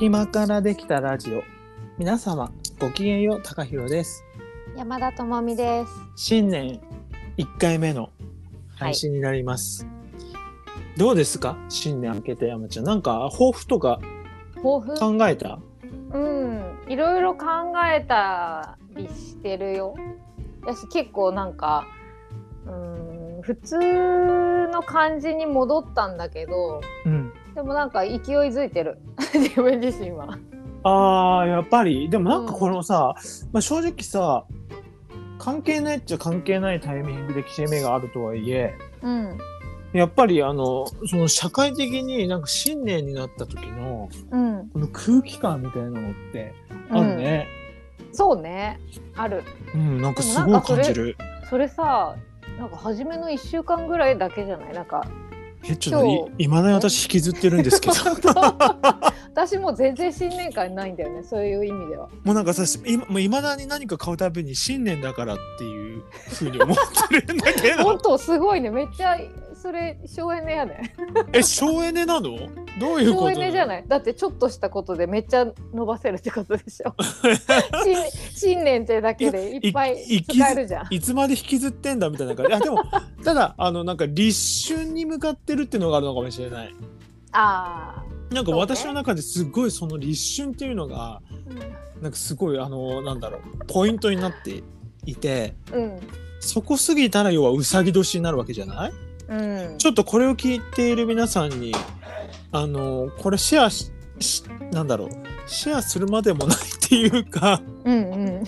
今からできたラジオ皆様ごきげんよう高弘です山田智美です。新年1回目の配信になります、どうですか新年明けて山ちゃんなんか抱負とか抱負。考えたうん、いろいろ考えたりしてるよ。やし、結構なんか。うん、普通の感じに戻ったんだけど。うんでもなんか勢いづいてる。 自分自身は。あーやっぱりでもなんかこのさ、まあ、正直さ関係ないっちゃ関係ないタイミングで切れ目があるとはいえうん。やっぱりあのその社会的になんか新年になった時のうん。この空気感みたいなのってあるね、うん。そうね。ある。うん、なんかすごい感じる。それさ。なんか初めの1週間ぐらいだけじゃないなんかえ、ちょっとい、いまだに私引きずってるんですけ ど。私もう全然新年会ないんだよねそういう意味 ではもうなんかさ、いま、もういまだに何か買うたびに新年だからっていうふうに思ってるんだけ 本ど。当すごいねめっちゃそれ省エネやねえ、省エネなの。どういうこと。省エネじゃないだってちょっとしたことでめっちゃ伸ばせるってことで しょ新新年ってだけでいっぱいいい使えるじゃんいつまで引きずってんだみたいな感じ。い や、でも、ただ、あの、なんか立春に向かってるっていうのがあるのかもしれない。あなんかそうね私の中ですごいその立春っていうのが、あなんかすごい、あの、なんだろう、ポイントになっていて。うんそこ過ぎたら要はうさぎ年になるわけじゃないうんちょっとこれを聞いている皆さんにあのこれシェアししなんだろうシェアするまでもないっていうか うんうん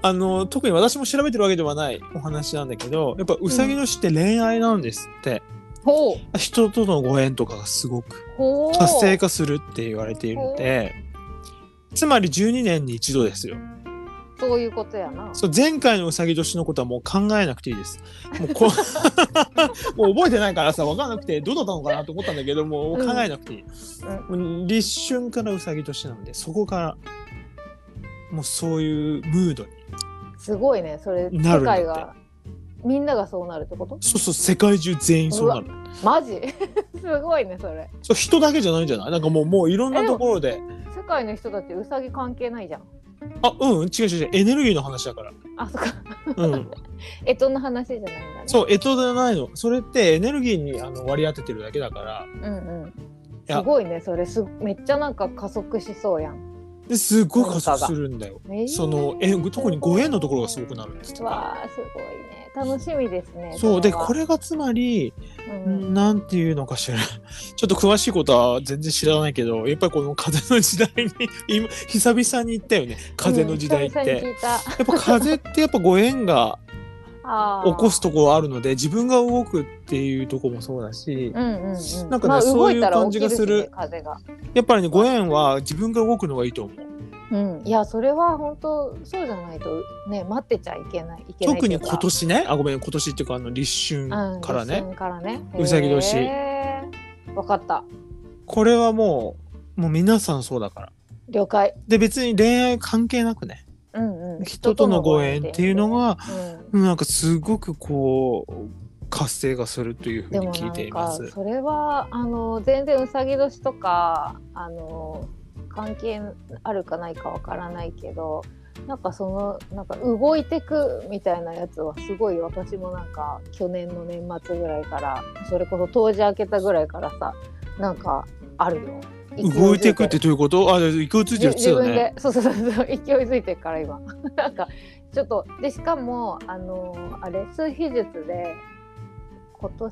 あの特に私も調べてるわけではないお話なんだけどやっぱうさぎ年って恋愛なんですって、ほう人とのご縁とかがすごくほう活性化するって言われているのでつまり12年に一度ですよそういうことやなそう前回のうさぎ年のことはもう考えなくていいです。もうこもう 覚えてないからさ分かんなくてどうだったのかなと思ったんだけどもう考えなくていい、もう立春からうさぎ年なのでそこからもうそういうムードにすごいねそなれる世んだって界がみんながそうなるってことそうそう世界中全員そうなのマジ すごいねそれそう人だけじゃないんじゃないなんかもうもういろんなところで世界の人たちウサギ関係ないじゃんあうん違う違う違うエネルギーの話だからあそっかうんえとの話じゃないんだねそうえとじゃないのそれってエネルギーにあの割り当ててるだけだからうんうん。やすごいね、それす、めっちゃなんか加速しそうやん。ですごい加速するんだよえーそのえ特にご縁のところがすごくなるんですとかわあ、すごいね、楽しみですね。そうではこ。れがつまり、うん、なんていうのかしら ちょっと詳しいことは全然知らないけどやっぱりこの風の時代に 今久々に言ったよね風の時代って、うん久や々に聞いたっぱ風ってやっぱご縁 があー起こす。ところあるので自分が動くっていうところもそうだしうんうんうん。なんかねまあそういう動たら感じが起きすしるね風が。やっぱりねご縁は自分が動くのがいいと思ううん、いや、それは本当、そうじゃないと、ね、待ってちゃいけない。いけない特に今という年ねあごめん今年っていうかあの立か。春からねうん、、からね。うさぎ年へー。わかった。これはもうもう皆さんそうだから了解。で別に恋愛関係なくねうんうん。人とのご縁っていうのがうん。うんなんかすごくこう活性化するというふうでにも聞ないてんいまかす。それはあの全然うさぎ年とかあの関係あるかないかわからないけどなんかそのなんか動いてくみたいなやつはすごい私もなんか去年の年末ぐらいからそれこそ当時明けたぐらいからさなんかあるよ。動いていくってどういうことあ、勢いついてじるって自だ分ね。でそうそうそうそう 勢いづいてるから今 なんかちょっとでしかもあのあれ数秘術で今年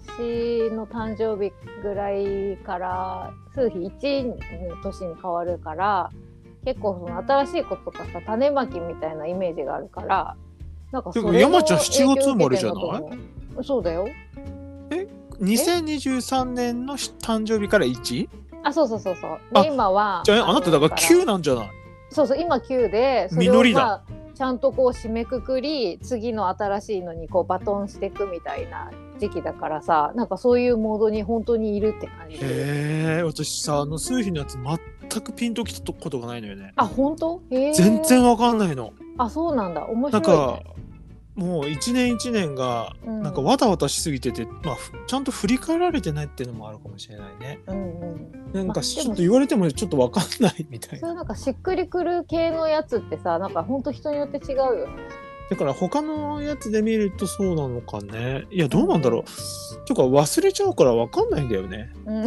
の誕生日ぐらいから数秘1の年に変わるから結構その新しいこととかさ種まきみたいなイメージがあるからなんかそれのでも山ちゃん7月生まれ影響を受けてんだと思うそうだよ2023年の誕生日から 1? あそうそうそうそうあで今はじゃああなただから9なんじゃないそうそう今9でそれ実を、りだまあ、ちゃんとこう締めくくり次の新しいのにこうバトンしていくみたいな時期だからさなんかそういうモードに本当にいるって感じへえ私さあの数日のやつ全くピンときたことがないのよね。あ本当へー全然わかんないの。あそうなんだな面白んい、かね、もう一年一年がうんなんかわたわたしすぎてて、まあ、ふちゃんと振り返られてないっていうのもあるかもしれないね。うんうん、なんまかあでもちょっと言われてもちょっとわかんないみたいそうな。いうなんかしっくりくる系のやつってさなんかほんと人によって違うよね。だから他のやつで見るとそうなのかね。いやどうなんだろう。ていうか忘れちゃうからわかんないんだよね。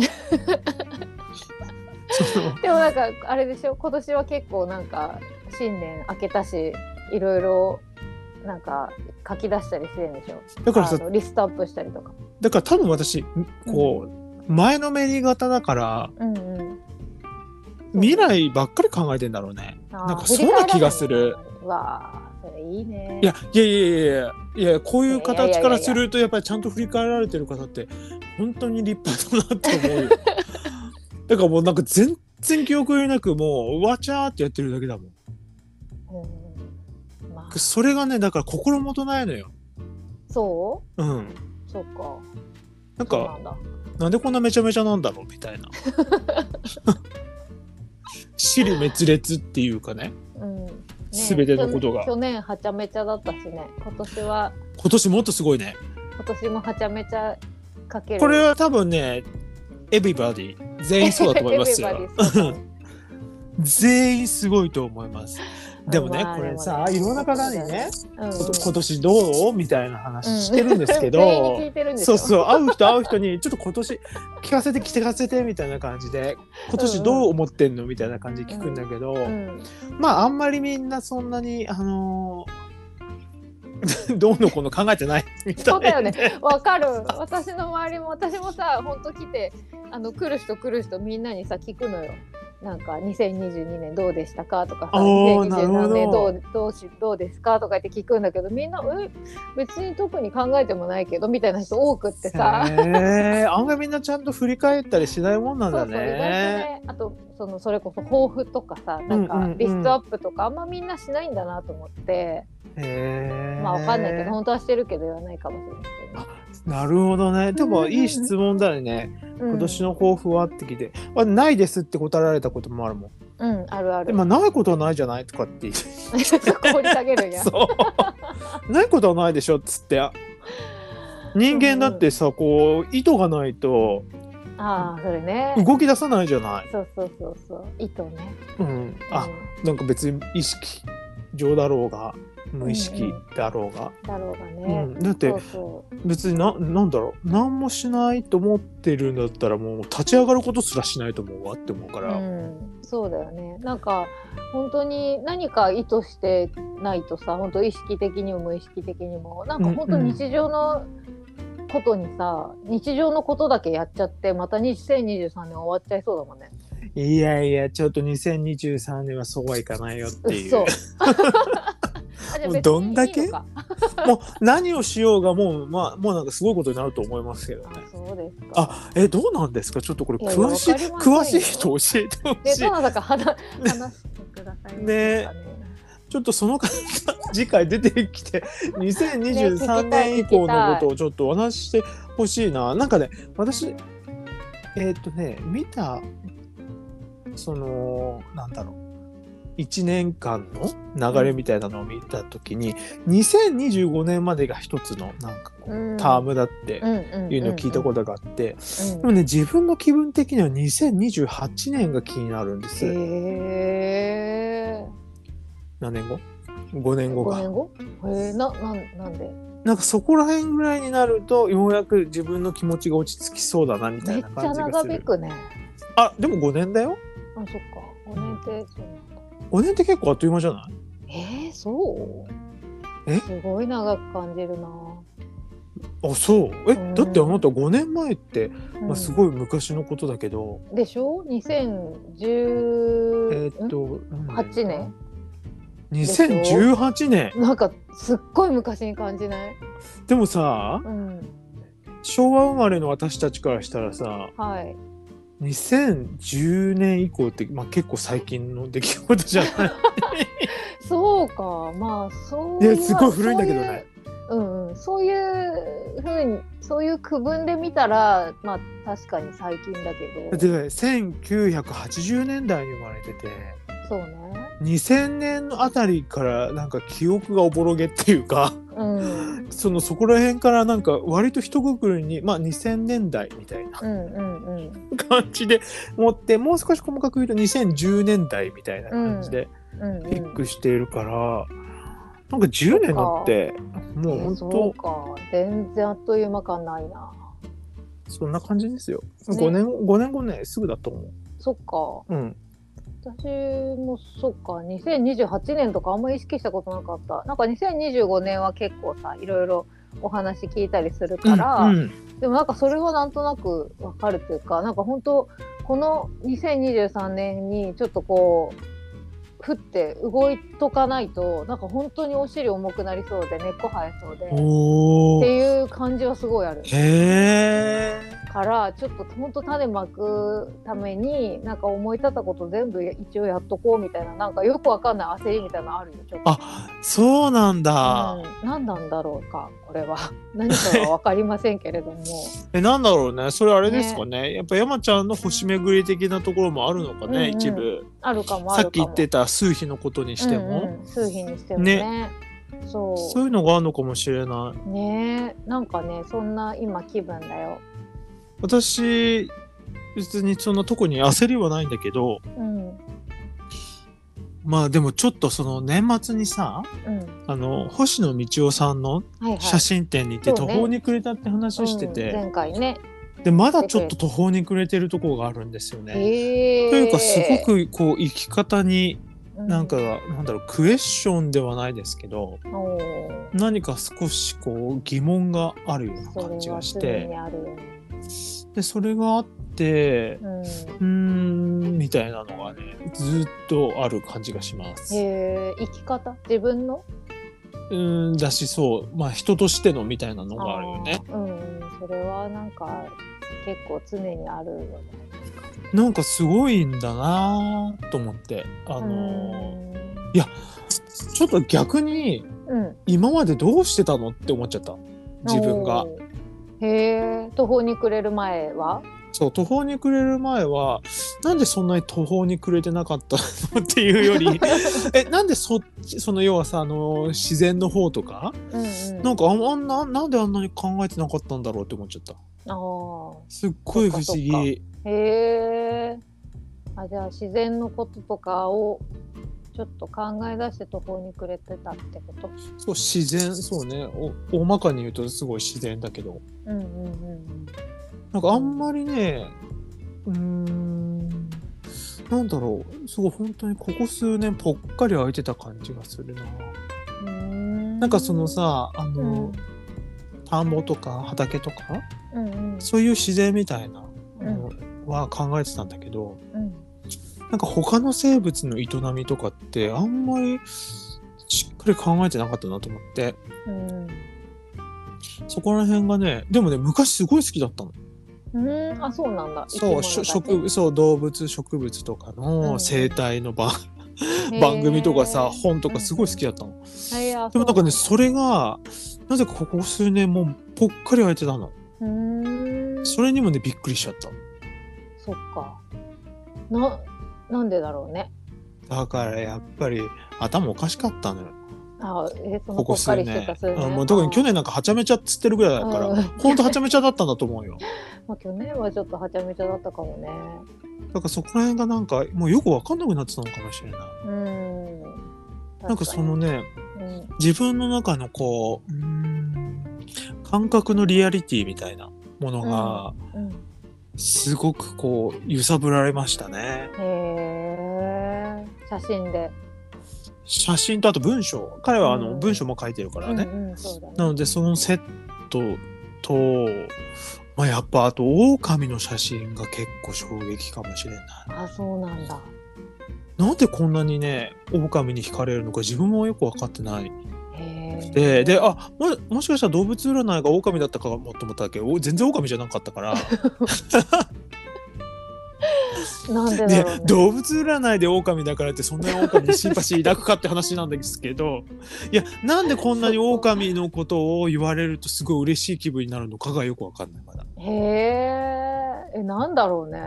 うそん、のでもなんかあれでしょ今年は結構なんか新年明けたしいろいろなんか書き出したりしてるんでしょだからあさのリストアップしたりとか。だから多分私こう前のめり型だからうんうん、未来ばっかり考えてんだろうね。あーなんかそうな気がする。わあそれいいね。いやいやいやいやいやいやこういういやいやいや形かいやらするとやっぱりちゃんと振り返られてる方って本当に立派だなって思うよだからもうなんか全然記憶よりなくもうわちゃーってやってるだけだもんうん、まあそれがねだから心もとないのよそうんうそうか。なんそうなかんだ。なんでこんなめちゃめちゃなんだろうみたいな死に滅裂っていうかねうん。ね全てのことが去去年はちゃめちゃだったしね。今年は今年もっとすごいね今年もはちゃめちゃかける。これは多分ねエビバディ全員そうだと思いますよ Everybody そうだね全員すごいと思います。でもね、まあこれでもさ、ねいろんな方にね、うんうんこと今年どうみたいな話してるんですけ全員に聞どい、てるんですそようそう、会う人会う人に、ちょっと今年聞かせて聞かせてみたいな感じで、今年どう思ってんのみたいな感じで聞くんだけど、ん、まあ、あんまりみんなそんなに、あのー どうのこうの考えてないみたいな。そうだよね。わかる。私の周りも私もさ、本当来てあの来る人来る人みんなにさ聞くのよ。なんか2022年どうでしたかとかさ、おーなるほど2023年どうどうしどうですかとか言って聞くんだけど、みんなえ別に特に考えてもないけどみたいな人多くってさ。へー案外みんなちゃんと振り返ったりしないもんなんそうそだう意外とねあとそのそれこそ抱負とかさなんうんうんうかんリストアップとかあんまみんなしないんだなと思って、へーまあわかんないけど本当はしてるけど言わないかもしれないけどね、なるほどね。でうんうんもうんいい質問だよね。うん、今年の抱負はって聞いて、あないですって答えられたこともあるもん。うんあるあでるも ないことはないじゃないとかって言っそこ掘り下げるんて。や。そう。ないことはないでしょっつって。あ人間だってさ、こう意図がないとああ、それね。動き出さないじゃない。そうそうそうそう。糸ね。うん。あうん、なんか別に意識上だろうが無意うん識うだろうが。だろうがうね。ん、だってそうそう。別にななんだろう何もしないと思ってるんだったらもう立ち上がることすらしないと思うわって思うかうら、ん、そうだよね。なんか本当に何か意図してないとさ、本当意識的にも無意識的にも、なんか本当うんうん日常のことにさ、日常のことだけやっちゃって、また2023年終わっちゃいそうだもんね。いやいや、ちょっと2023年はそうはいかないよっていう。嘘。も あじゃあもうどんだけ別にいいのかう何をしようがもう、まあ、もうなんかすごいことになると思いますけどあね。そうですか。あ、え、どうなんですかちょっとこれいやいや詳しい、わかりませんよ詳しい人教えてほで、しいど。なたか話話してくださいましたかねちょっとその方、次回出てき て、2023ね聞きたい年以降のことをちょっとお話ししてほしいな。なんかね、私、えーっとね、見た、その、なんだろう。1年間の流れみたいなのを見たときに、2025年までが一つのなんかこう、うん、タームだっていうのを聞いたこととがあって、うんでもね自分の気分的には2028年が気になるんです、へえ何年後 ?5 年後5か年後へえななんなんでなんかそこら辺ぐらいになるとようやく自分の気持ちが落ち着きそうだなみためいっなちゃ感じが長す引るくねあでも5年だよあそっか5年ってそうなんだ5年って結構あっという間じゃないえー、そうえすごい長く感じるな、あそうえ、うんだってあなた5年前って、うんまあ、すごい昔のことだけど、でしょ2018えーっと八年2018年なんかすっごい昔に感じないでもさうん昭和生まれの私たちからしたらさはい2010年以降って、まあ、結構最近の出来事じゃない そうかまあそういいうやすごい古いんだけどねそういううんうん、そういうふうにそういう区分で見たらまあ確かに最近だけどだって1980年代に生まれてて。そうね2000年のあたりからなんか記憶がおぼろげっていうか うんそのそこら辺からなんか割と一括りにまあ2000年代みたいなうんうんうん感じで持って もう少し細かく言うと2010年代みたいな感じでうんピックしているから、なんか10年だってもうえ本そう当か全然あっという間感ないなそんな感じですよ。ね5年5年後ねすぐだと思そっかう。うん、私もそっか2028年とかあんま意識したことなかったなんか2025年は結構さいろいろお話聞いたりするから、うんでもなんかそれはなんとなくわかるというかなんか本当この2023年にちょっとこう降って動いとかないとなんか本当にお尻重くなりそうで根っこ生えそうでっおーていう感じはすごいあるへえ。からちょっと本当種まくためになんか思い立ったこと全部一応やっとこうみたいななんかよくわかんない焦りみたいなのあるよちょっと。あそうなんだ。うん、何なんだろうかこれは 何かは分かりませんけれどもえなんだろうねそれあれですかねやっぱ山ちゃんの星巡り的なところもあるのかね、うんうん一部あるかもあさるかっき言もってた数比のことにしても、うんうん数日にしてもねそうそういうのがあるのかもしれないねえなんかねそんな今気分だよ私別にその特に焦りはないんだけどうんうんまあでもちょっとその年末にさあの星野道夫さんのはいはい写真展に行って途そうね方に暮れたって話してて、うん前回ねでまだちょっと途方に暮れてるところがあるんですよね。へえというかすごくこう生き方にうなんかなんだろうクエスチョンではないですけどおー何か少しこう疑問があるようなそれ感じはがし常てにあるよねでそれがあってうんうーんみたいなのがねずっとある感じがします。へうえ生き方自分のーんだしそうまあ人としてのみたいなのがあるよね。あーうんそれはなんか結構常にあるよねなんかすごいんだなと思ってあのいやちょっと逆にうんうん今までどうしてたのって思っちゃった自分が。おーへえ途方に暮れる前はそう途方に暮れる前はなんでそんなに途方に暮れてなかったのっていうよ りえなんでそっちその要はさあの自然の方とかうんうんなんかあんあんななんであんなに考えてなかったんだろうって思っちゃったあーすっごい不思そっかそ議へえ。あじゃあ自然のこととかをちょっと考え出して途方に暮れてたってこと。そう自然そうねお大まかに言うとすごい自然だけどうんうんうんなんかあんまりねうーんなんだろうすごい本当にここ数年ぽっかり空いてた感じがするなうん。なんかその、さあうの、ん、田んぼとか畑とかうんうんそういう自然みたいなうんのは考えてたんだけど、うんなんか他の生物の営みとかってあんまりしっかり考えてなかったなと思ってうんそこら辺がねでもね昔すごい好きだったのうん、あそうなんだ。そうしょ植そう動物植物とかうのん生態のば番組とかさ本とかすごい好きだったの、だでもなんかねそれがなぜかここ数年もうぽっかり空いてたのうん。それにもねびっくりしちゃったそっか。ななんでだろうね。だからやっぱり頭おかしかったのよあえそこのぽこっ数かりして年た数年。うんもう特に去年なんかはちゃめちゃっつってるぐらいだから、うんほんとはちゃめちゃだったんだと思うよまあ、去年はちょっとはちゃめちゃだったかもね。だからそこら辺がなんかもうよく分かんなくなってたのかもしれないうん。なんかそのね確かに、自分の中のこううーん感覚のリアリティみたいなものがうんうん、すごくこう揺さぶられましたねへえ写真で。写真とあと文章彼はあうのん文章も書いてるからね、うんうん、そうだね。なのでそのセットと、まあ、やっぱあと狼の写真が結構衝撃かもしれない。あそうなんだ。なんでこんなにね狼に惹かれるのか自分もよく分かってない。へえ。でであももしかしたら動物占いが狼だったかもと思っただけどお全然狼じゃなかったから、なんでだでろう、ね。動物占いで狼だからってそんなに狼にシンパシー抱くかって話なんですけどいやなんでこんなに狼のことを言われるとすごい嬉しい気分になるのかがよく分かんないまだ。へえ。えなんだろうね。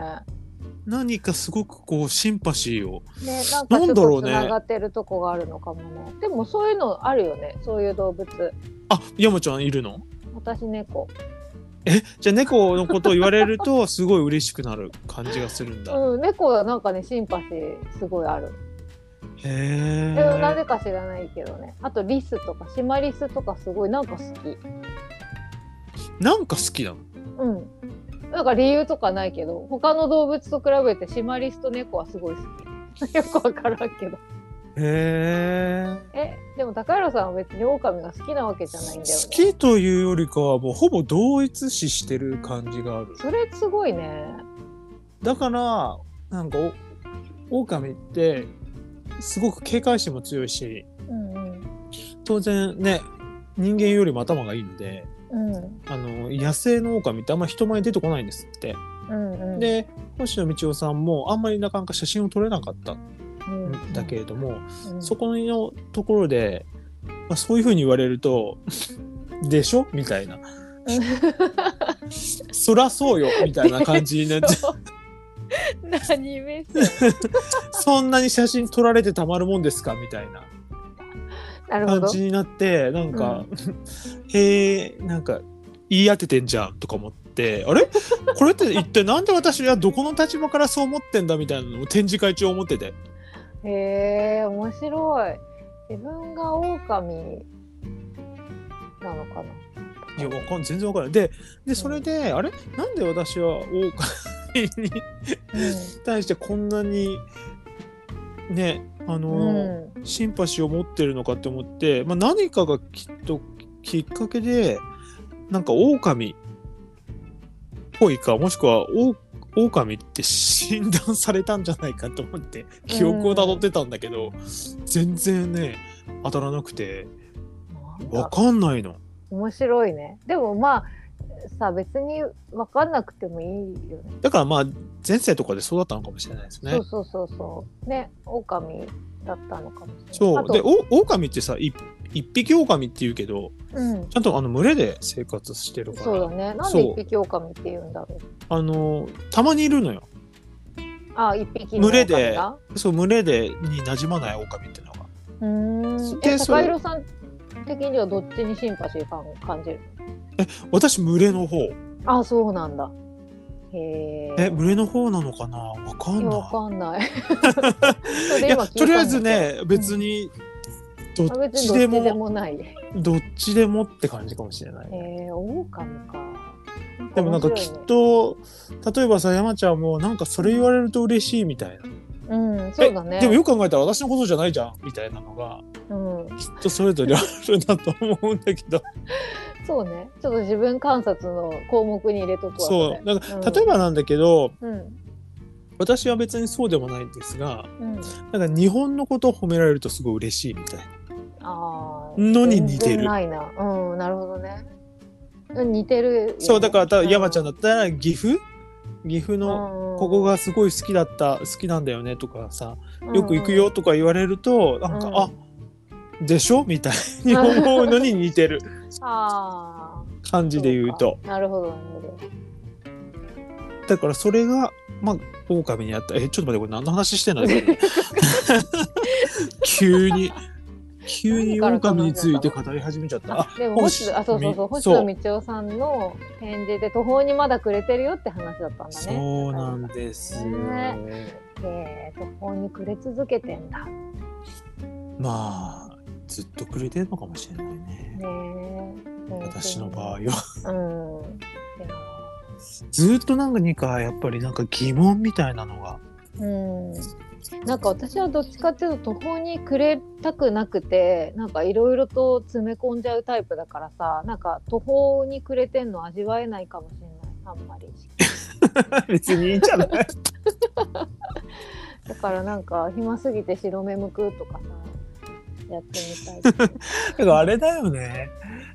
何かすごくこうシンパシーをね、なんかちなょっんだろとうつねながってるとこがあるのかもねでもそういうのあるよねそういう動物あ山ちゃんいるの私猫えじゃあ猫のことを言われるとすごい嬉しくなる感じがするんだ。へうん猫はなんかねシンパシーすごいあるでもなえ。ぜか知らないけどねあとリスとかシマリスとかすごいなんか好きなんか好きなの。うんなんか理由とかないけど他の動物と比べてシマリスと猫はすごい好き よくわからんけどへえ。えでも高弘さんは別にオオカミが好きなわけじゃないんだよね好きというよりかはもうほぼ同一視してる感じがある。それすごいねだからなんかオオカミってすごく警戒心も強いしうんうん当然ね人間よりも頭がいいのでうんあの野生のオオカミってあんまり人前に出てこないんですって。うんうんで星野道夫さんもあんまりなかなか写真を撮れなかったんうんだけれども。うんそこのところで、まあ、そういうふうに言われると「でしょ?」みた いな「そらそうよ」みたいな感じになっちゃう 何目線そんなに写真撮られてたまるもんですかみたいな なるほ感どじになってなんか「へえなんか言い当ててんじゃん」とか思って「あれこれって一体なんで私はどこの立場からそう思ってんだ」みたいなのを展示会中思っててへえ面白い自分が狼なのかないやわかん全然わからない。ででそれで「あれなんで私は狼にう対してこんなにねあん、の、うんシンパシーを持ってるのかって思って、まあ、何かがきっときっかけでなんか狼っぽいかもしくはオオカミって診断されたんじゃないかと思って記憶をたどってたんだけど、全然ね当たらなくてなんわかかんないの。面白いねでもまあさ別に分かんなくてもいいよねだからまあ前世とかでそうだったのかもしれないですね。そうそうそうそうね狼だったのかもしれなそいでうオオカミってさい一匹オオカミって言うけどあと、うん、ちゃんとあの群れで生活してるからそうだねなんそうで一匹狼って言うんだろうあのたまにいるのよあ一匹の群れで狼がそう群れでに馴染まないオオカミっていうのがうーんでえそれ高弘さん的にはどっちにシンパシー感感じる私群れの方あそうなんだへええ群れの方なのかなわかいんやなわかんない いそいやれ今聞いたんだけどとりあえずね別にどあっ別ちにでどっちでももないへどっちでもって感じかもしれないえオオカミかでもなんか面き白いねっと例えばさ山ちゃんもなんかそれ言われると嬉しいみたいなうんそうだねえでもよく考えたら私のことじゃないじゃんみたいなのがうん、きっとそれぞれあるんだと思うんだけどそうねちょっと自分観察の項目に入れとくわそうなんうんか例えばなんだけど、うん私は別にそうでもないんですがうんなんか日本のことを褒められるとすごい嬉しいみたいなああのに似てるないなうんなるほどねうん似てるよね、そうだからた山ちゃんのだったら岐阜岐阜のここがすごい好きだった好きなんだよねとかさよく行くよとか言われるとなんか、うんあでしょみたいに思うのに似てるああ感じで言うとなるほどなるほどだからそれがまあ狼にあったえちょっと待ってこれ何の話して ない急に急に狼について語り始めちゃったああでも星野あそうそうそうみ星野道夫さんの展示で途方にまだくれてるよって話だったんだねそうなんですよ、ねえー途方にくれ続けてんだねまあずっとくれてるのかもしれないねえうん私の場合はうんずっとなんかにかやっぱりなんか疑問みたいなの がうんなんか私はどっちかっていうと途方にくれたくなくてなんかいろいろと詰め込んじゃうタイプだからさなんか途方にくれてんの味わえないかもしれないあんまり別にいいじゃないだからなんか暇すぎて白目むくとかさやってみたいだからあれだよね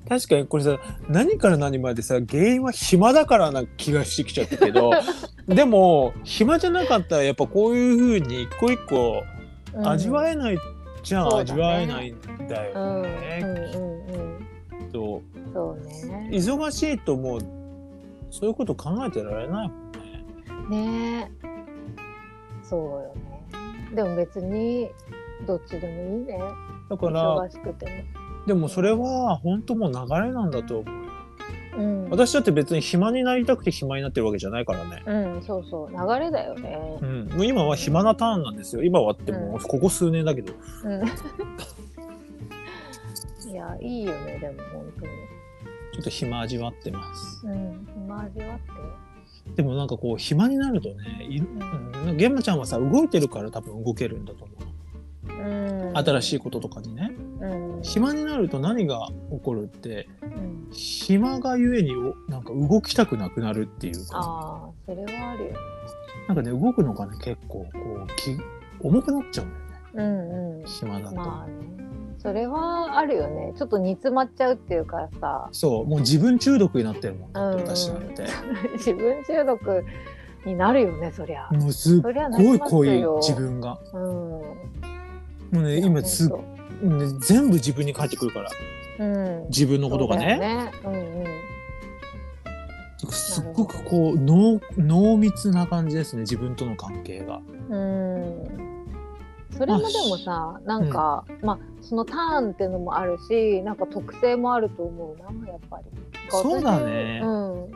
確かにこれさ何から何までさ原因は暇だからな気がしてきちゃったけ どでも暇じゃなかったらやっぱこういうふうに一個一個 うん味わえないじゃん、そう味だねわえないんだうよんね、うんうんきっとうんそうね忙しいともうそういうこと考えてられないねえそうよねでも別にどっちでもいいねだから忙しくてでもそれは本当もう流れなんだと思うよも、うん、私だって別に暇になりたくて暇になってるわけじゃないからねうんそうそう流れだよねう、ん、もう今は暇なターンなんですよ今はってもうここ数年だけど、うん、いやいいよねでも本当にちょっと暇味わってますうん今味わってでもなんかこう暇になるとねいうんゲンマちゃんはさ動いてるから多分動けるんだと思うんう新しいい、こととかにねうん、暇になると何が起こるってうん、暇がゆえにおなんか動きたくなくなるっていうかああそれはあるよなんかね動くのがね結構こうき重くなっちゃうんだよねうんうん暇だと、まあねそれはあるよねちょっと煮詰まっちゃうっていうか さそうもう自分中毒になってるもんだってうん私なんて、自分中毒になるよねそりゃもうすっそりゃなごりいます濃いよ自分がうんもうね今すっ本ね全部自分に返ってくるから当うん自分のことがねそうだよねすっごくこう濃濃密な感じですね自分との関係がうんうんうんそれもでもさなんか、まあそのターンっていうのもあるしなんか特性もあると思うなやっぱりそうだね私うん私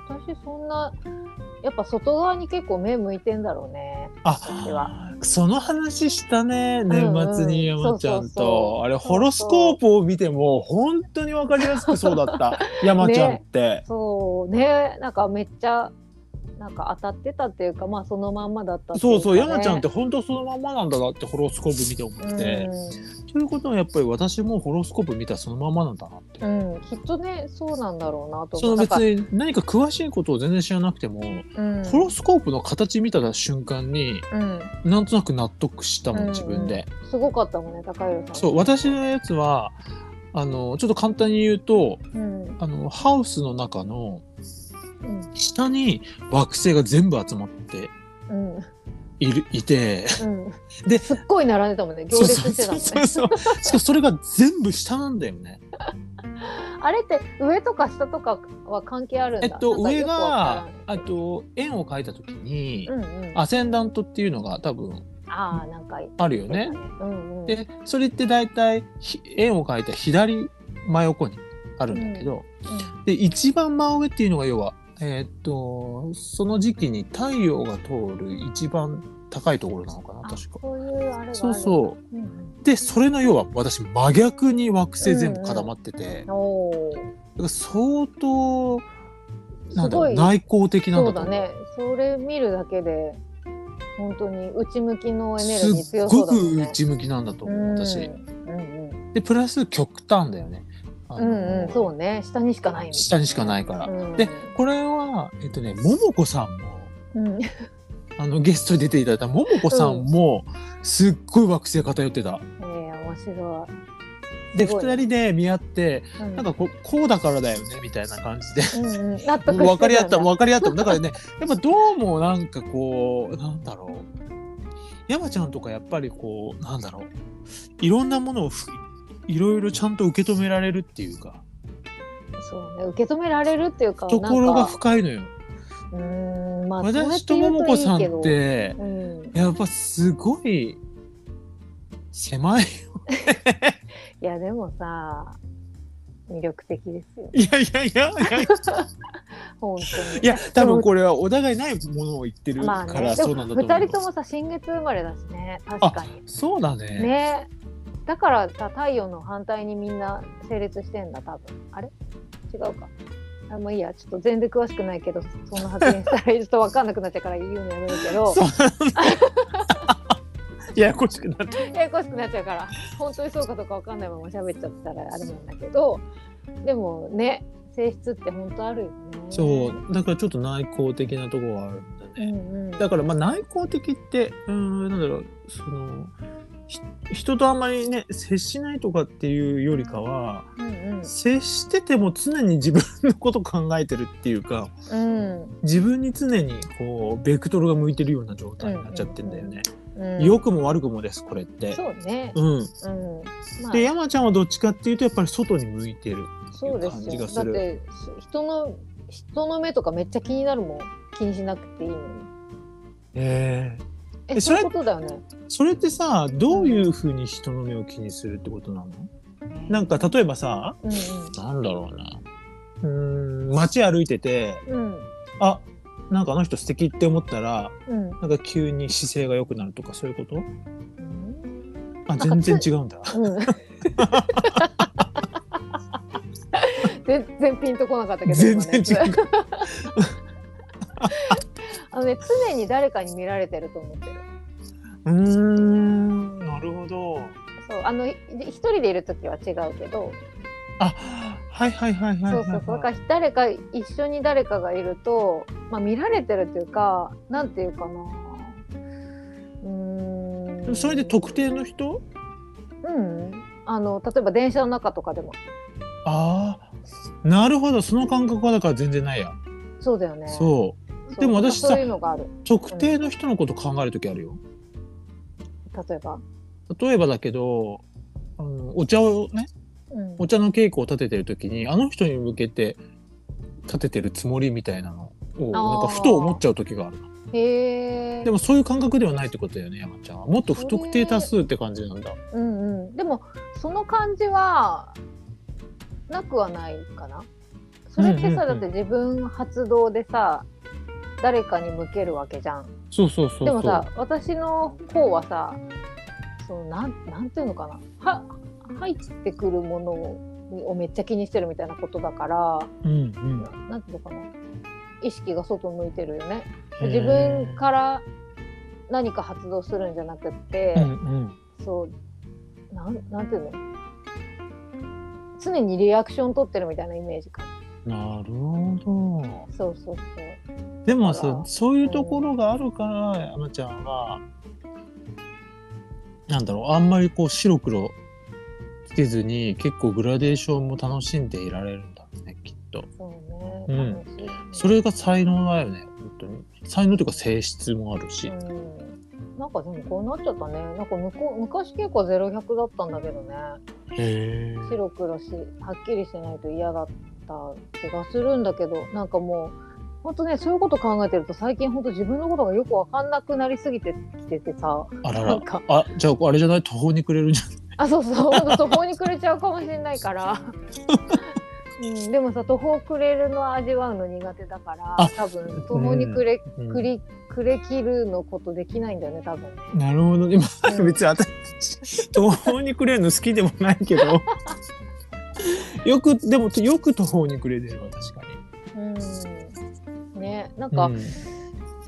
そんなやっぱ外側に結構目向いてんだろうねであはその話したね年末にうんうん山ちゃんそうそうそとうあれホロスコープを見ても本当に分かりやすくそうだった 山ちゃんってそうねなんかめっちゃなんか当たってたっていうかまあそのまんまだったっていそうかね、そう山ちゃんって本当そのまんまなんだなってホロスコープ見て思ってということはやっぱり私もホロスコープ見たらそのまんまなんだなってうん、うん、きっとねそうなんだろうなとそ思のう別なんかに何か詳しいことを全然知らなくてもうんホロスコープの形見た瞬間にうんなんとなく納得したもうんん自分で。すごかったもんね高弘さんそう私のやつはあのちょっと簡単に言うとうん、あのハウスの中のうん下に惑星が全部集まってうんいるいてうんですっごい並んでたもんねそ行う列そうしてたそもうんねそうそうしかもそれが全部下なんだよね。あれって上とか下とかは関係あるんだえっとなんか上よくわがからあんけどと円を描いた時にうんうんアセンダントっていうのが多分あーなんかあるよね。うんうんでそれって大体ひ円を描いた左真横にあるんだけど、で一番真上っていうのが要は、えーっとその時期に太陽が通る一番高いところなのかなあ確か。そういうあれがある、そうそううんうんうでそれの要は私真逆に惑星全部固まってて、だかおお。ら相当なんだすごろうい内向的なんそだうとだ思うね。それ見るだけで本当に内向きのエネルギーすっ強そごうだもんくね。内向きなんだと思う、私うんうんでプラス極端だよねあうのんうんそうね下にしかないみたいな。下にしかないから、うんでこれはえっとねももこさんもうんあのゲストに出ていただいたももこさんも、すっごい惑星偏ってた。えー、面白ですごい2人で見合ってい。うんなんかこうこうだからだよねみたいな感じで。うんうん、納得してたよね分かり合った分かり合っただから ねやっぱどうもなんかこうなんだろう山ちゃんとかやっぱりこうなんだろういろんなものをふいろいろちゃんと受け止められるっていうかそうね受け止められるっていうか。懐がなんか深いのよ。うーんまあ私とももこさんっそうやて言うといいけどうん、いやっぱすごい狭 いやでもさ魅力的ですよいやいやいやいや本当にいや多分これはお互いないものを言ってるまあかねらでそもうなんだと思う、 2人ともさ新月生まれだしね確かにそうだねねだからさ太陽の反対にみんな整列してんだ多分あれ違うかあもういいやちょっと全然詳しくないけどそんな発言したらちょっと分かんなくなっちゃうから言うのやめる けどそう ややこしくなってややこしくなっちゃうから本当にそうかどうか分かんないまま喋っちゃったらあれなんだけどでもね性質って本当あるよねそうだからちょっと内向的なところはあるんだうね、んうんだからまあ内向的ってうーんなんだろうそのひ人とあんまりね接しないとかっていうよりかはうん接してても常に自分のこと考えてるっていうかうん自分に常にこうベクトルが向いてるような状態になっちゃってんだよね、うん良くも悪くもですこれってそうねうんうんまあで山ちゃんはどっちかっていうとやっぱり外に向いてるそうですいう感じよがすだっるて人の人の目とかめっちゃ気になるもん気にしなくていいのにええええそそういれうことだよね。それってさどういうふうに人の目を気にするってことなのなんか例えばさうんなんだろうなうーん街歩いててうんあなんかあの人素敵って思ったらうんうんなんか急に姿勢が良くなるとかそういうことうんあなんか全つ然違うんだ。 うん全然ピンとこなかったけど全今ね然違う。あのね常に誰かに見られてると思ってるうーんなるほど。そうあのい一人でいる時は違うけどあはいはいはいはいはい、そはうい。そうそうだから誰か一緒に誰かがいると、まあ、見られてるっていうかなんていうかなうーんそれで特定の人うんあの例えば電車の中とかでもああなるほどその感覚はだから全然ないや。そうだよねそうそうでも私さそういうのがある特定の人のこと考える時あるよ。例えば、例えばだけどあのお茶をねうん、お茶の稽古を立ててる時にあの人に向けて立ててるつもりみたいなのをあーなんかふと思っちゃう時がある。へえでもそういう感覚ではないってことだよね山ちゃんは。もっと不特定多数って感じなんだ。うんうん、でもその感じはなくはないかな。それってさ、うんうんうんだって自分発動でさ誰かに向けるわけじゃん。そうそうそうそう。でもさ私の方はさそのなんなんていうのかなは入ってくるものををめっちゃ気にしてるみたいなことだから、うんうん、なんていうのかな意識が外向いてるよね。自分から何か発動するんじゃなくって。うんうんそうなんなんていうの常にリアクション取ってるみたいなイメージかなるほど。そうそうそうでもだかさらそういうところがあるから山ちゃんはなんだろうあんまりこう白黒つけずに結構グラデーションも楽しんでいられるんだろうねきっと。そううねん楽しいよね、それが才能だよね本当に才能というか性質もあるし、うんなんかでもこうなっちゃったねなんか向こう昔結構ゼロ百だったんだけどねへー白黒しはっきりしてないと嫌だった気がするんだけどなんかもう本当ねそういうこと考えてると最近本当自分のことがよく分かんなくなりすぎてきててさあらならんかあじゃああれじゃない途方に暮れるんじゃあそうそうなんか途方に暮れちゃうかもしれな いから、うん、でもさ途方暮れるの味わうの苦手だからあ多分途方に暮れ,、ない、暮れ暮れ切るのことできないんだよね多分ねなるほど今 うん別に私途方に暮れるの好きでもないけ どよくでもよく途方に暮れてるわ確かに。うんねなんか、うん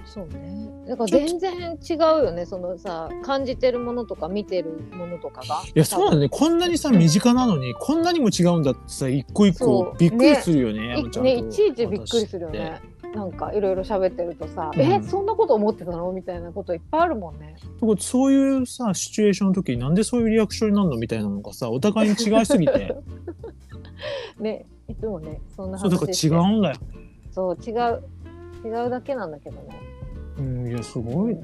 そうねだから全然違うよねそのさ感じてるものとか見てるものとかがいやそうだねこんなにさ身近なのにこんなにも違うんだってさ一個一そ個うびっくりするよね山いちゃんとねいちいちびっくりするよねなんかいろいろ喋ってるとさ、うんえそんなこと思ってたのみたいなこといっぱいあるもんね私ってとこそういうさシチュエーションの時になんでそういうリアクションになるのみたいなのがさお互いに違いすぎて ねいつもねそんなそう話だからして違うんだよ、そう違う違うだけなんだけどね。うん、いやすごいい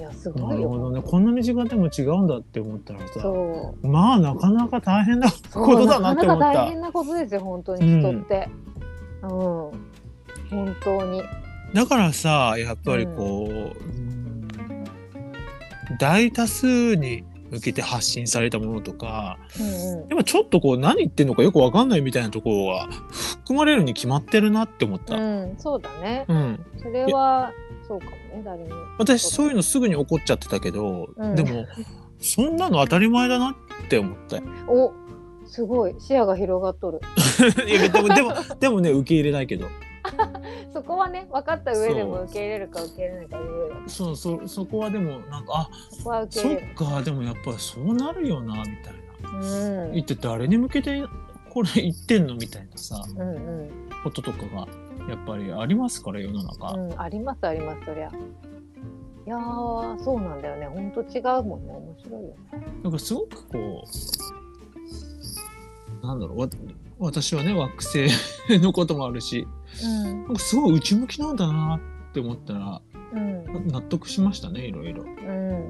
やすなごいるよ。ほどねこんな身近でも違うんだって思ったらさそまあなかなか大変なう。ことだなって思なっかなかた大変なことですよ本当に人って。うん。本当に。だからさやっぱりこう、うん大多数に向けて発信されたものとかうんうんでもちょっとこう何言ってんのかよくわかんないみたいなところが含まれるに決まってるなって思った。うんうん、そうだね。それはそうかもね誰に。私そういうのすぐに怒っちゃってたけど、うんでもそんなの当たり前だなって思ったよ おすごい視野が広がっとる。いやでもでもでもね受け入れないけどそこはね分かった上でも受け入れるか受け入れないかで言うよそうそそこはでもなんかあそこは受けそ入っれる。かでもやっぱりそうなるよなみたいなうん。一体誰に向けてこれ言ってんのみたいなさうんうんこととかがやっぱりありますから世の中。うん、ありますありますそりゃいやーそうなんだよねほんと違うもんね面白いよねなんかすごくこう、なんだろう、わ私はね、惑星のこともあるし、うんなんかすごい内向きなんだなって思ったら、うん納得しましたね、いろいろ。うん、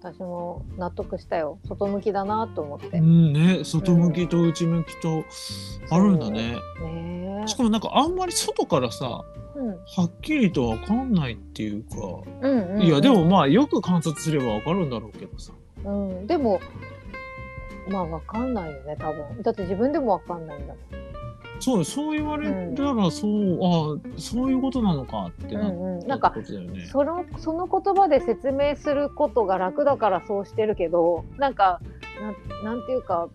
私も納得したよ外向きだなと思って、うねんね外向きと内向きとあるんだね、えしかもなんかあんまり外からさはうんっきりとわかんないっていうか、うんうんいやでもまあよく観察すればわかるんだろうけどさうん、でもまあわかんないよね多分だって自分でもわかんないんだもんそうそう言われたらそう、ああそういうことなのかってなっうんうん、たなんってかことだよね。そのその言葉で説明することが楽だからそうしてるけどなんかなんなんていうか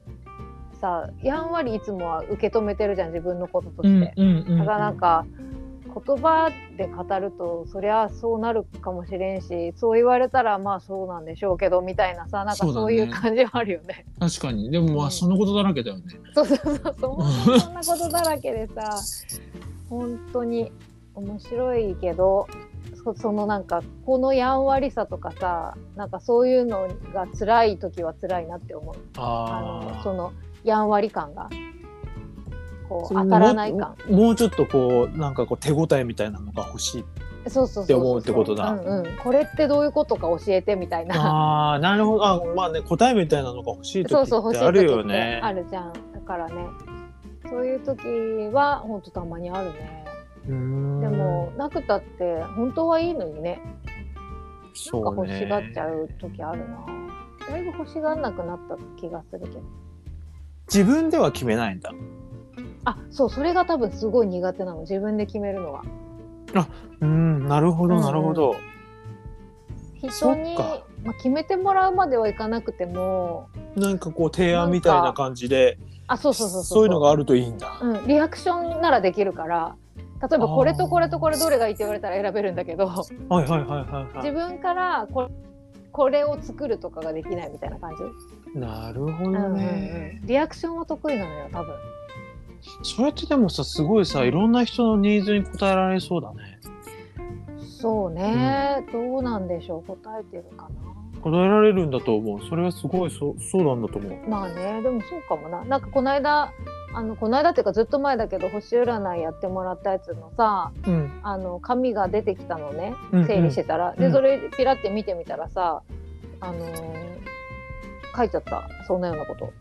さやんわりいつもは受け止めてるじゃん自分のこととして。うんだからなんか言葉で語るとそりゃそうなるかもしれんしそう言われたらまあそうなんでしょうけどみたいなさなんかそうだねそういう感じはあるよね。確かにでもまうあんそのことだらけだよね。そうそうそうそうそんなことだらけでさ本当に面白いけどそそのなんかこのやんわりさとかさなんかそういうのが辛い時は辛いなって思うあのあそのやんわり感がこあう当たらない感もうちょっとこうなんかこう手応えみたいなのが欲しい。そうそうそうそうって思うってことだうんうん、これってどういうことか教えてみたいなああなるほどあまあね答えみたいなのが欲しい時 そうそうっ欲てしいあ時るよってね。あるじゃんだからねそういう時は本当たまにあるねうーんでもなくたって本当はいいのにねなそんかう欲ねしがっちゃう時あるな、だいぶ欲しがんなくなった気がするけど自分では決めないんだ。あそうそれが多分すごい苦手なの自分で決めるのはうんなるほどなるほど。人にそっか、まあ、決めてもらうまではいかなくてもなんかこう提案みたいな感じであそうそうそうそういうのがあるといいんだ。うん、リアクションならできるから例えばあーこれとこれとこれどれがいいって言われたら選べるんだけどはいはいはいはいはい自。分からこれこれを作るとかができないみたいな感じ、なるほうんうどんね、うん、リアクションは得意なのよ多分そうやってでもさすごいさいろんな人のニーズに応えられそうだねそうね、どうなんでしょう答えてるか応えられるんだと思うそれはすごいそそうなんだと思うなまあねでもそうかもななんかこの間あのこの間っていうかずっと前だけど星占いやってもらったやつのさうんあの紙が出てきたのねうんうん整理してたら、うでんそれピラって見てみたらさあのー書いちゃったそんなようなこと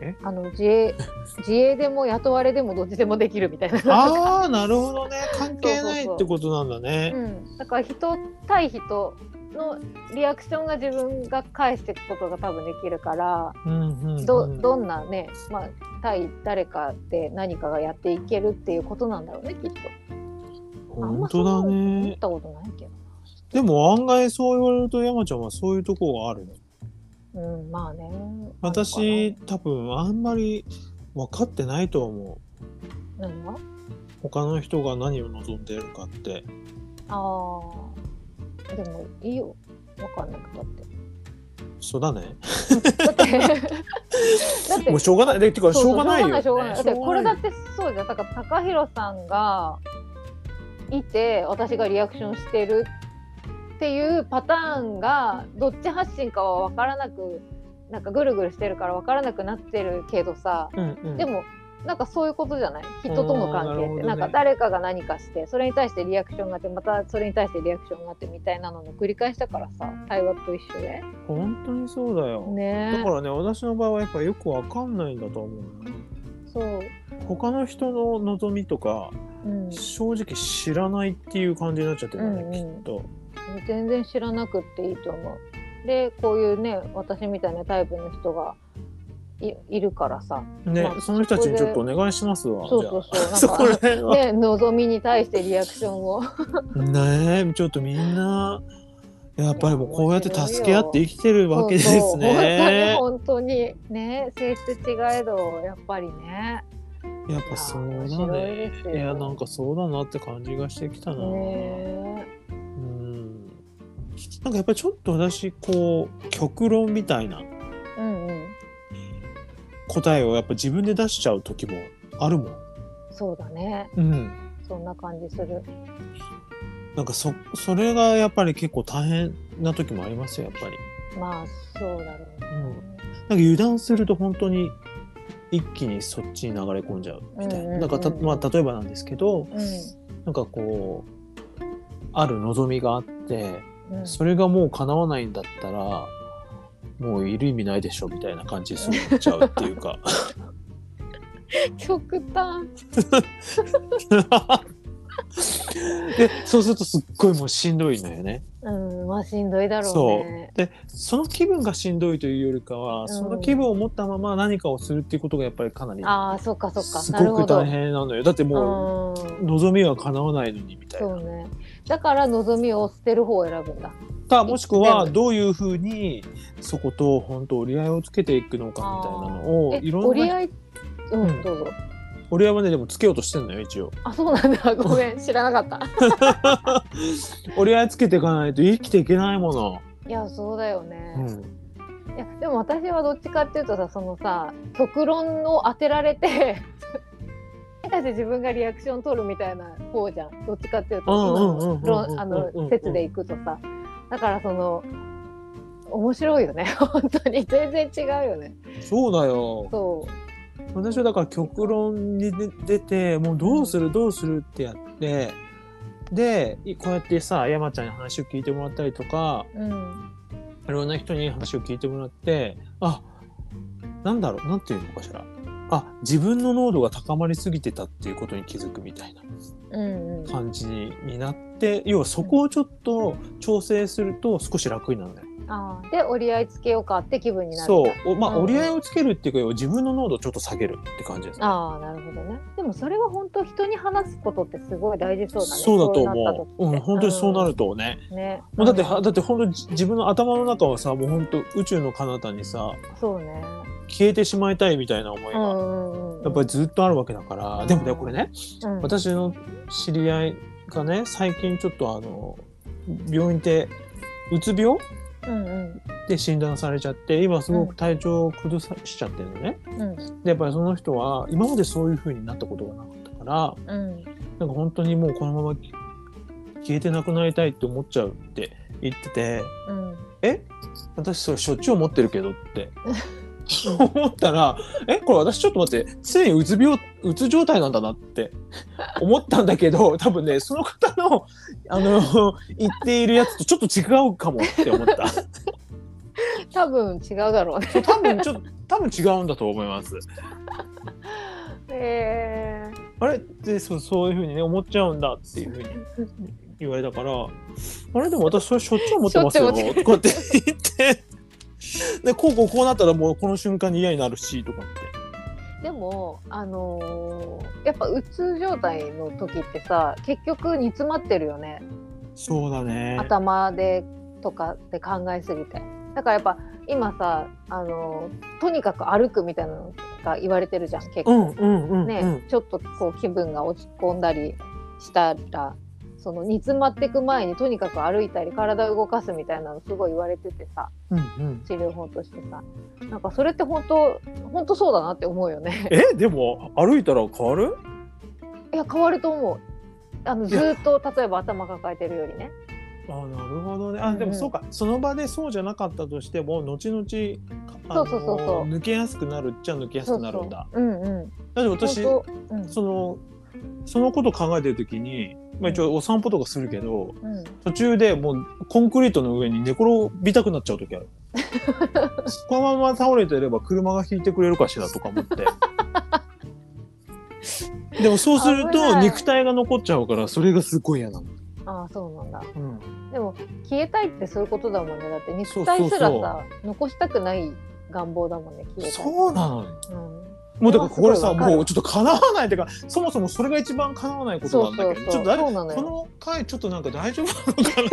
えあの 自営自営でも雇われでもどっちでもできるみたいな、ああなるほど ね関係ないってことなんだねうん、だから人対人のリアクションが自分が返していくことが多分できるからうんうんうんどどんなね、まあ、対誰かで何かがやっていけるっていうことなんだろうねきっと。あん本まそ当うだ思っねたことないけど。でも案外そう言われると山ちゃんはそういうとこがあるのうん、まあね。私多分あんまり分かってないと思うあるのかな、何が他の人が何を望んでいるかってああでもいいよわかんなく たってそうだねだって だってもうしょうがないでてかしょうがないよ、ね、しょうがないしょうがないだってこれだしょうがないってそうじゃんだから高弘さんがいて私がリアクションしてるっていうパターンがどっち発信かは分からなくなんかぐるぐるしてるから分からなくなってるけどさうんうんでもなんかそういうことじゃない人との関係ってうんなるほどねなんか誰かが何かしてそれに対してリアクションがあってまたそれに対してリアクションがあってみたいなのの繰り返しだからさ対話と一緒で本当にそうだよ、だねからね私の場合はやっぱよくわかんないんだと思うそう、な他の人の望みとかうん、正直知らないっていう感じになっちゃってるよね、うんうきんっと全然知らなくっていいと思うでこういうね私みたいなタイプの人がいいるからさね、まあその人たちにちょっとお願いしますわそうそうそうじゃあなんかそれはね望みに対してリアクション をねえちょっとみんなやっぱりもうこうやって助け合って生きてるわけですねそうそう本当に本当にね性質違えどやっぱりねやっぱそう面だ白いねですよいやなんかそうだなって感じがしてきたな、ねうんなんかやっぱりちょっと私こう極論みたいなうんうん答えをやっぱ自分で出しちゃう時もあるもん。そうだねうん、そんな感じするなんかそそれがやっぱり結構大変な時もありますよやっぱり。まあそうだろうねなんか油断すると本当に一気にそっちに流れ込んじゃうみたいうんうんな。うんなんかたまあ例えばなんですけどうなんかこうある望みがあってんうんそれがもう叶わないんだったらもういる意味ないでしょみたいな感じですぐ思っちゃうっていう か極端でそうするとすっごいもうしんどいのよね。うんまあしんどいだろそうねうでその気分がしんどいというよりかは、んその気分を持ったまま何かをするっていうことがやっぱりかなりああそっかそっかすなるごほくど大変なのよだってもうんう望みは叶わないのにみたいそうな。ね。だから望みを捨てる方を選ぶんだ。かもしくはどういうふうにそこと本当折り合いをつけていくのかみたいなのをえい、ろんな折り合い。うん、うんどうぞ。折り合いはねでもつけようとしてんのよ一応。あ、そうなんだ。ごめん、知らなかった。折り合いつけていかないと生きていけないもの。いや、そうだよね。うん、いや、でも、私はどっちかっていうとさ、そのさ、極論を当てられて。だって自分がリアクション取るみたいな方じゃん。どっちかっていうと、うん今うんうんうんうんの論あうんうんうのん説でいくとさ。だから、その。面白いよね。本当に全然違うよね。そうだよ。そう。私はだから極論に出出てもうどうするどうするってやってでいこうやってさ山ちゃんに話を聞いてもらったりとかうん。いろんな人に話を聞いてもらってあなんだろうなんていうのかしらあ自分の濃度が高まりすぎてたっていうことに気づくみたいなうん、うん。感じにになって要はそこをちょっと調整すると少し楽になるんだよ。あーで折り合いつけようかって気分になるんそだうおまあ、うん折り合いをつけるっていうか要は自分の濃度をちょっと下げるって感じですね。ああなるほどねでもそれは本当人に話すことってすごい大事そうだねそうだとなった時思ってう。うん、本当にそうなるとね。うんねもうだって、うはんだって本当にじ自分の頭の中はさ、もう本当宇宙の彼方にさ、そうね消えてしまいたいみたいな思いうが、んうんうんやっぱりずっとあるわけだから。でもね、これね、うん私の知り合いがね、最近ちょっとあの、病院で、うつ病うんうんで診断されちゃって、今すごく体調を崩さしちゃってるのね。うんで、やっぱりその人は、今までそういう風になったことがなかったから、うんなんか本当にもうこのまま消えてなくなりたいって思っちゃうって言ってて、うんえ私それしょっちゅう思ってるけどって思ったら、えこれ私ちょっと待って、常にうつ病、うつ状態なんだなって思ったんだけど、多分ね、その方の、あの、言っているやつとちょっと違うかもって思った。多分違うだろうね そう多分ちょっと、多分違うんだと思います。えあれでそうそういうふうにね思っちゃうんだっていうふうに言われたからあれでも私それしょっちゅう思ってますよしょっちゅう思っこうやって言ってでこうこうこうなったらもうこの瞬間に嫌になるしとかってー、でもあのーやっぱうつ状態の時ってさ結局煮詰まってるよねそうだね頭でとかで考えすぎてだからやっぱ今さあのとにかく歩くみたいなのが言われてるじゃん結う構、んうんうんうん、ね、ちょっとこう気分が落ち込んだりしたらその煮詰まってく前にとにかく歩いたり体を動かすみたいなのすごい言われててさうんうん、治療法としてさなんかそれって本当本当そうだなって思うよねえでも歩いたら変わるいや変わると思うあのずーっと例えば頭抱えてるよりねあなるほどねあでうんもうんそうか、その場でそうじゃなかったとしても後々あのそうそうそうそう抜けやすくなるっちゃ抜けやすくなるんだそうそううんうだっんて私本当うんそのそのこと考えてる時に、まあ、一応お散歩とかするけどうん途中でもうコンクリートの上に寝転びたくなっちゃう時あ るこのまま倒れてれば車が引いてくれるかしらとか思ってでもそうする危とない肉体が残っちゃうからそれがすごい嫌なの、ああそうなんだうん、でも消えたいってそういうことだもんねだってそ肉うそう体そすうらさ残したくない願望だもんね消えたいそうなのようんもうだからこれさすごいわかるもうちょっと叶わないっていうかそもそもそれが一番叶わないことそなうだんそうけどそうちょっとそうなの誰こよの回ちょっとなんか大丈夫 なのかな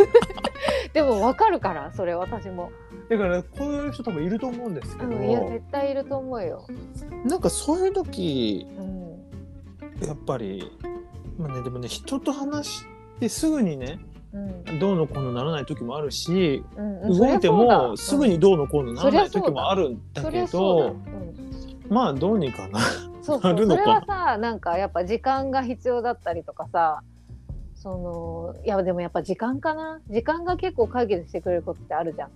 でもわかるからそれ私も、だからこういう人多分いると思うんですけうど、ん、いや絶対いると思うよ、なんかそういう時うん、やっぱり、まあね、でもね人と話してすぐにねうんどうのこうのならない時もあるし、うんうん動いてもすそりゃそうだぐにどうのこうのならない時もあるんうんそだりゃけそうだど、うんまあどうにかな。そうそなうる そのれかはさなんかやっぱ時間が必要だったりとかさそのいやでもやっぱ時間かな時間が結構解決してくれることってあるじゃん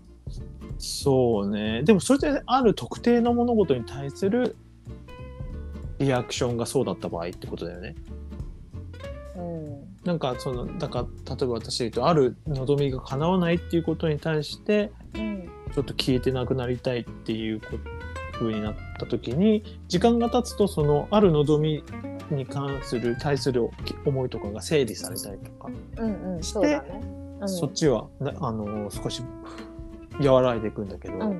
そうねでもそれってある特定の物事に対するリアクションがそうだった場合ってことだよね。うんなんかそのだから例えば私で言うとある望みが叶わないっていうことに対してうんちょっと消えてなくなりたいっていうこと風になった時に時間が経つとそのある望みに関する対する思いとかが整理されたりとか、うんうん、そうだね。うん、そっちはなあの少し和らいでいくんだけど、うんうんう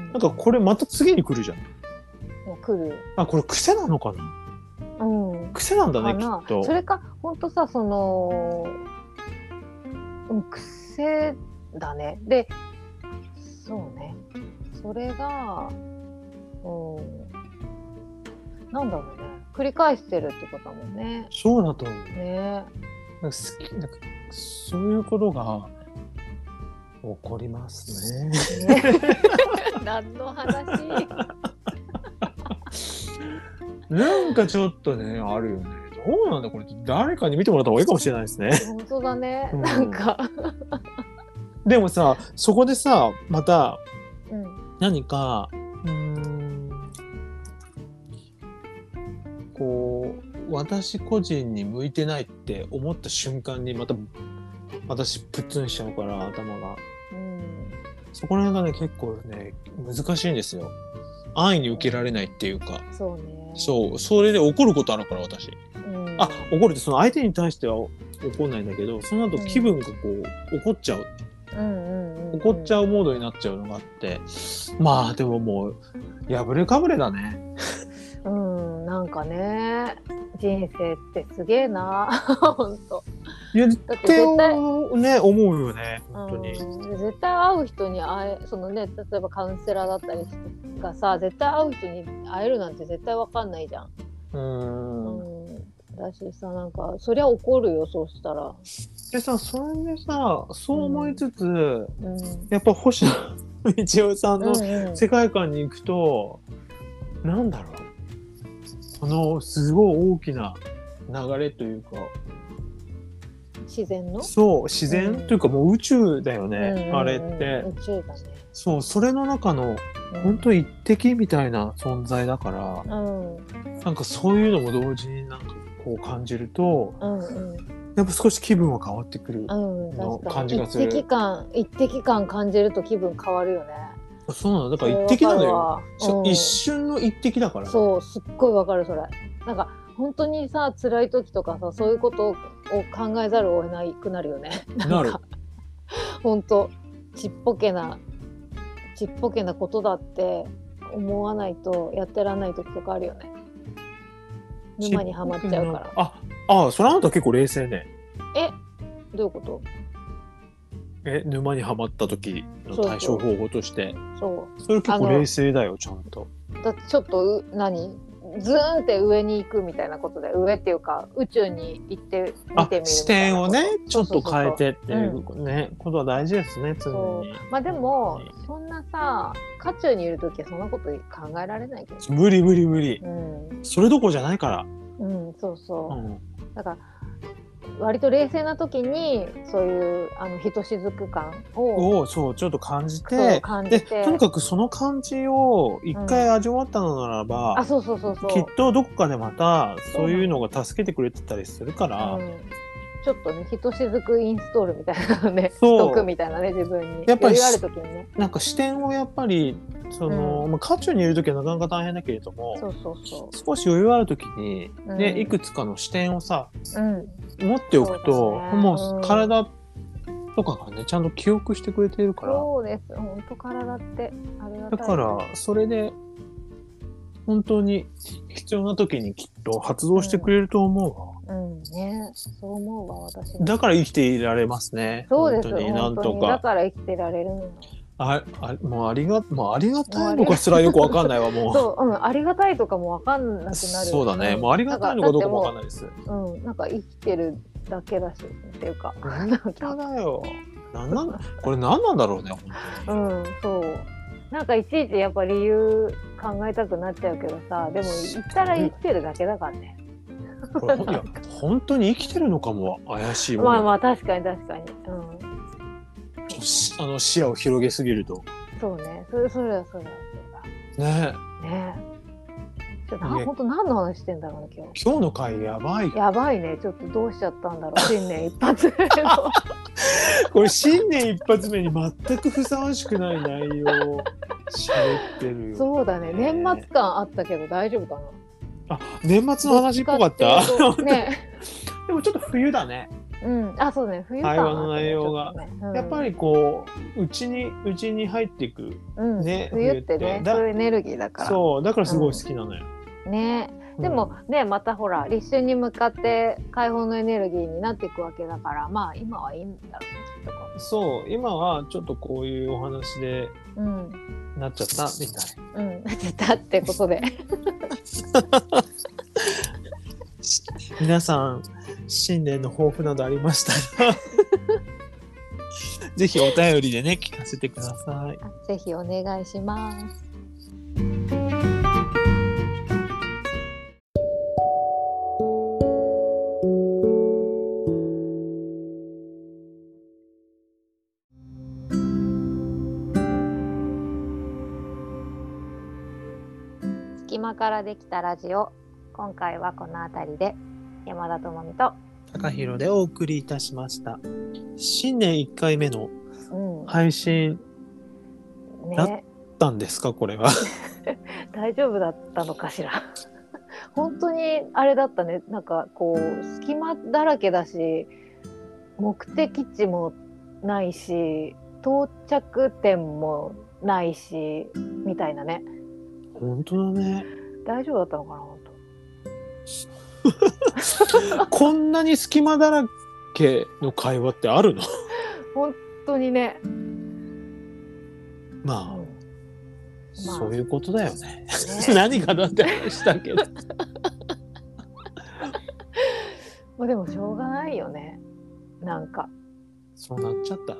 ん、なんかこれまた次に来るじゃん。もう来る。あこれ癖なのかなうん。癖なんだかねきなっ。とそ。れか本当さその、うん、癖だね。で、そうね。それが、うん、なんだろうね。繰り返してるってことだもんね。そうだと思う。ね。なんか好きなんかそういうことが起こりますね。ね 何の話。なんかちょっとねあるよね。どうなんだこれ誰かに見てもらった方がいいかもしれないですね。 本当だね。うんなんか、でもさそこでさまたうん、何かうーんこう私個人に向いてないって思った瞬間にまた私プッツンしちゃうから頭がうん、そこら辺がね結構ね難しいんですよ安易に受けられないっていうかそうね。そうそれで怒ることあるから私うん。あ怒るってその相手に対しては怒んないんだけどその後気分がこう怒っちゃううんうんうん、怒っちゃううモードになっちゃうのがあってまあでももう破れかぶれだねん。うん、なんかね、人生ってすげえな、 本当。いやっだってて絶対、ね思うよね本当うんに、絶対会う人に会え、そのね、例えばカウンセラーだったりがさ、絶対会う人に会えるなんて絶対わかんないじゃん。うんうん。だしさ、なんか、そりゃ怒るよ、そうしたら。でさそれでさそう思いつつ、うん。やっぱ星野道夫さんうんのうん世界観に行くと、なんだろうこのすごい大きな流れというか自然の、そう自然、うんというかもう宇宙だよね、うんうんうんあれって宇宙だね。そうそれの中のうん本当一滴みたいな存在だからうんなんかそういうのも同時になんかこう感じるとうんうんやっぱ少し気分は変わってくる、うん、の確か感にじがする一滴感一滴感感じると気分変わるよねそうなのだそかられ一滴なのよ、わかるそわううん一瞬の一滴だからねそうすっごいわかるそれなんか本当にさ辛い時とかさそういうことを考えざるを得なくなるよね なる本当ちっぽけなちっぽけなことだって思わないとやってらんない時とかあるよね沼にはまっちゃうからああそれあなた結構冷静ねえどういうことえ沼にはまった時の対処方法としてそうそれ結構あの冷静だよちゃんとだってちょっとう何ズーンって上に行くみたいなことで上っていうか宇宙に行ってあ見てみるみたいなこと視点をねちょっと変えてっていそうねことは大事ですね常そうにまあでもそんなさ渦中にいる時はそんなこと考えられないけど無理無理無理うん、それどころじゃないからうん、そううそんう、だから割と冷静な時にそういうあのひとしずく感ををそうちょっと感じそうて感じでてとにかくその感じを一回味わったのならあば、そうそうそうそうきっとどこかでまたそうそういうのが助けてくれてたりするから、うんちょっとねひとしずくインストールみたいなのねしそうとくみたいなね自分にやっぱり余裕ある時にねなんか視点をやっぱりその、まあ、渦中にいる時はなかなか大変だけれどもそうそうそ少し余裕ある時に、う、ねうんいくつかの視点をさうん、持っておくそとうですねうもんう体とかがねちゃんと記憶してくれているから。そうです本当体ってありがただいからそれで本当に必要な時にきっと発動してくれると思うわ、うんねそう思うわ私もだから生きていられますねそうです本当になん本当とにだかから生きてられるのよああもうありがもうありがたいのかすらよくわかんないわもうそううんありがたいとかもわかんなく なるそうだねもうありがたいのかどうかもわかんないですいうんなんか生きてるだけだしっていうか本当だよなんなんこれ何なんだろうねうんそうなんかいちいちやっぱ理由考えたくなっちゃうけどさでも言ったら生きてるだけだからねこれほんいや本当に生きてるのかも怪しいもん、まあまあ確かに確かにうんしあの視野を広げすぎるとそうねそれそれはそれはそうだねねえ。ちょっと、なね本当何の話してんだろうね、今今日の回やばいよ 日。やばいね、ちょっとどうしちゃったんだろう、新年一発目の。これ新年一発目に全くふさわしくない内容を喋ってるよ。そうだね年末感あったけど大丈夫かなあ年末の話っぽかったどっちかっていうとねでもちょっと冬だね。うんあそうね冬感会話の内容があったねちょっとねうんやっぱりこううちにうちに入っていく。うんね冬って冬っねてだそういうエネルギーだからそうだからすごい好きなのよ。ねうんでもねまたほら立春に向かって解放のエネルギーになっていくわけだからまあ今はいいんだろうねきっとこそう今はちょっとこういうお話でううんなっちゃったみたいな。うん だってたってことで皆さん新年の抱負などありましたら ぜひお便りでね聞かせてください。ぜひお願いします隙間からできたラジオ今回はこのあたりで山田智美と、高弘でお送りいたしました。新年1回目のうん配信ねなんですかこれは。大丈夫だったのかしら 本当にあれだったねなんかこう隙間だらけだし目的地もないし到着点もないしみたいなね 本当だね。大丈夫だったのかな本 こんなに隙間だらけの会話ってあるの当本当にね、 まあ、そういうことだよね。ね 何かだって話だけど。まあでもしょうがないよねなんか そうなっちゃった。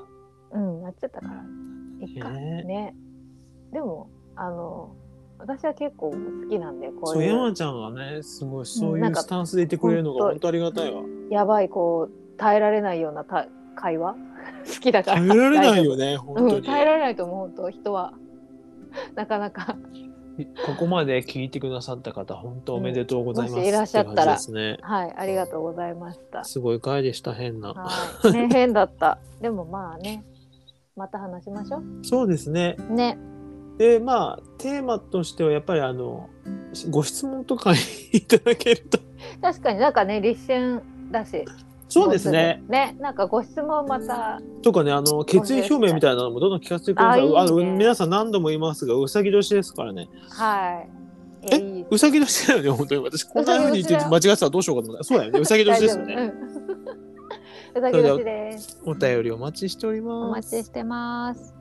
うんなっちゃったからいっかねねでもあの私は結構好きなんでこそうういう山ちゃんがねすごいそういなんうかスタンスでいてくれるのがほ本んと当ありがたいわ。やばいこう耐えられないようなた会話 好きだから耐えられないよよね本当うん、に。耐えられないと思う本当人は なかなかここまで聞いてくださった方本当おめでとうございます。もしいらっしゃってたら感じですね。はいありがとうございましたすごい回でした変な。 はいね変だったでもまあねまた話しましょそうですね。うねでまあテーマとしてはやっぱりあのご質問とかいただける と。確かになんかね立春だしそうですねも。うねなんかご質問またとかねあの決意表明みたいなのもどんどん聞かせてください。あいいねあの皆さん何度も言いますがうさぎ年ですからね。はいえいいいうさぎ年だよね本当に私こんな風に言って間違ってたらどうしようかと思った。そうだよねうさぎ年ですよね。大丈夫うん うさぎ年ですお便りお待ちしておりおます。待ちしてます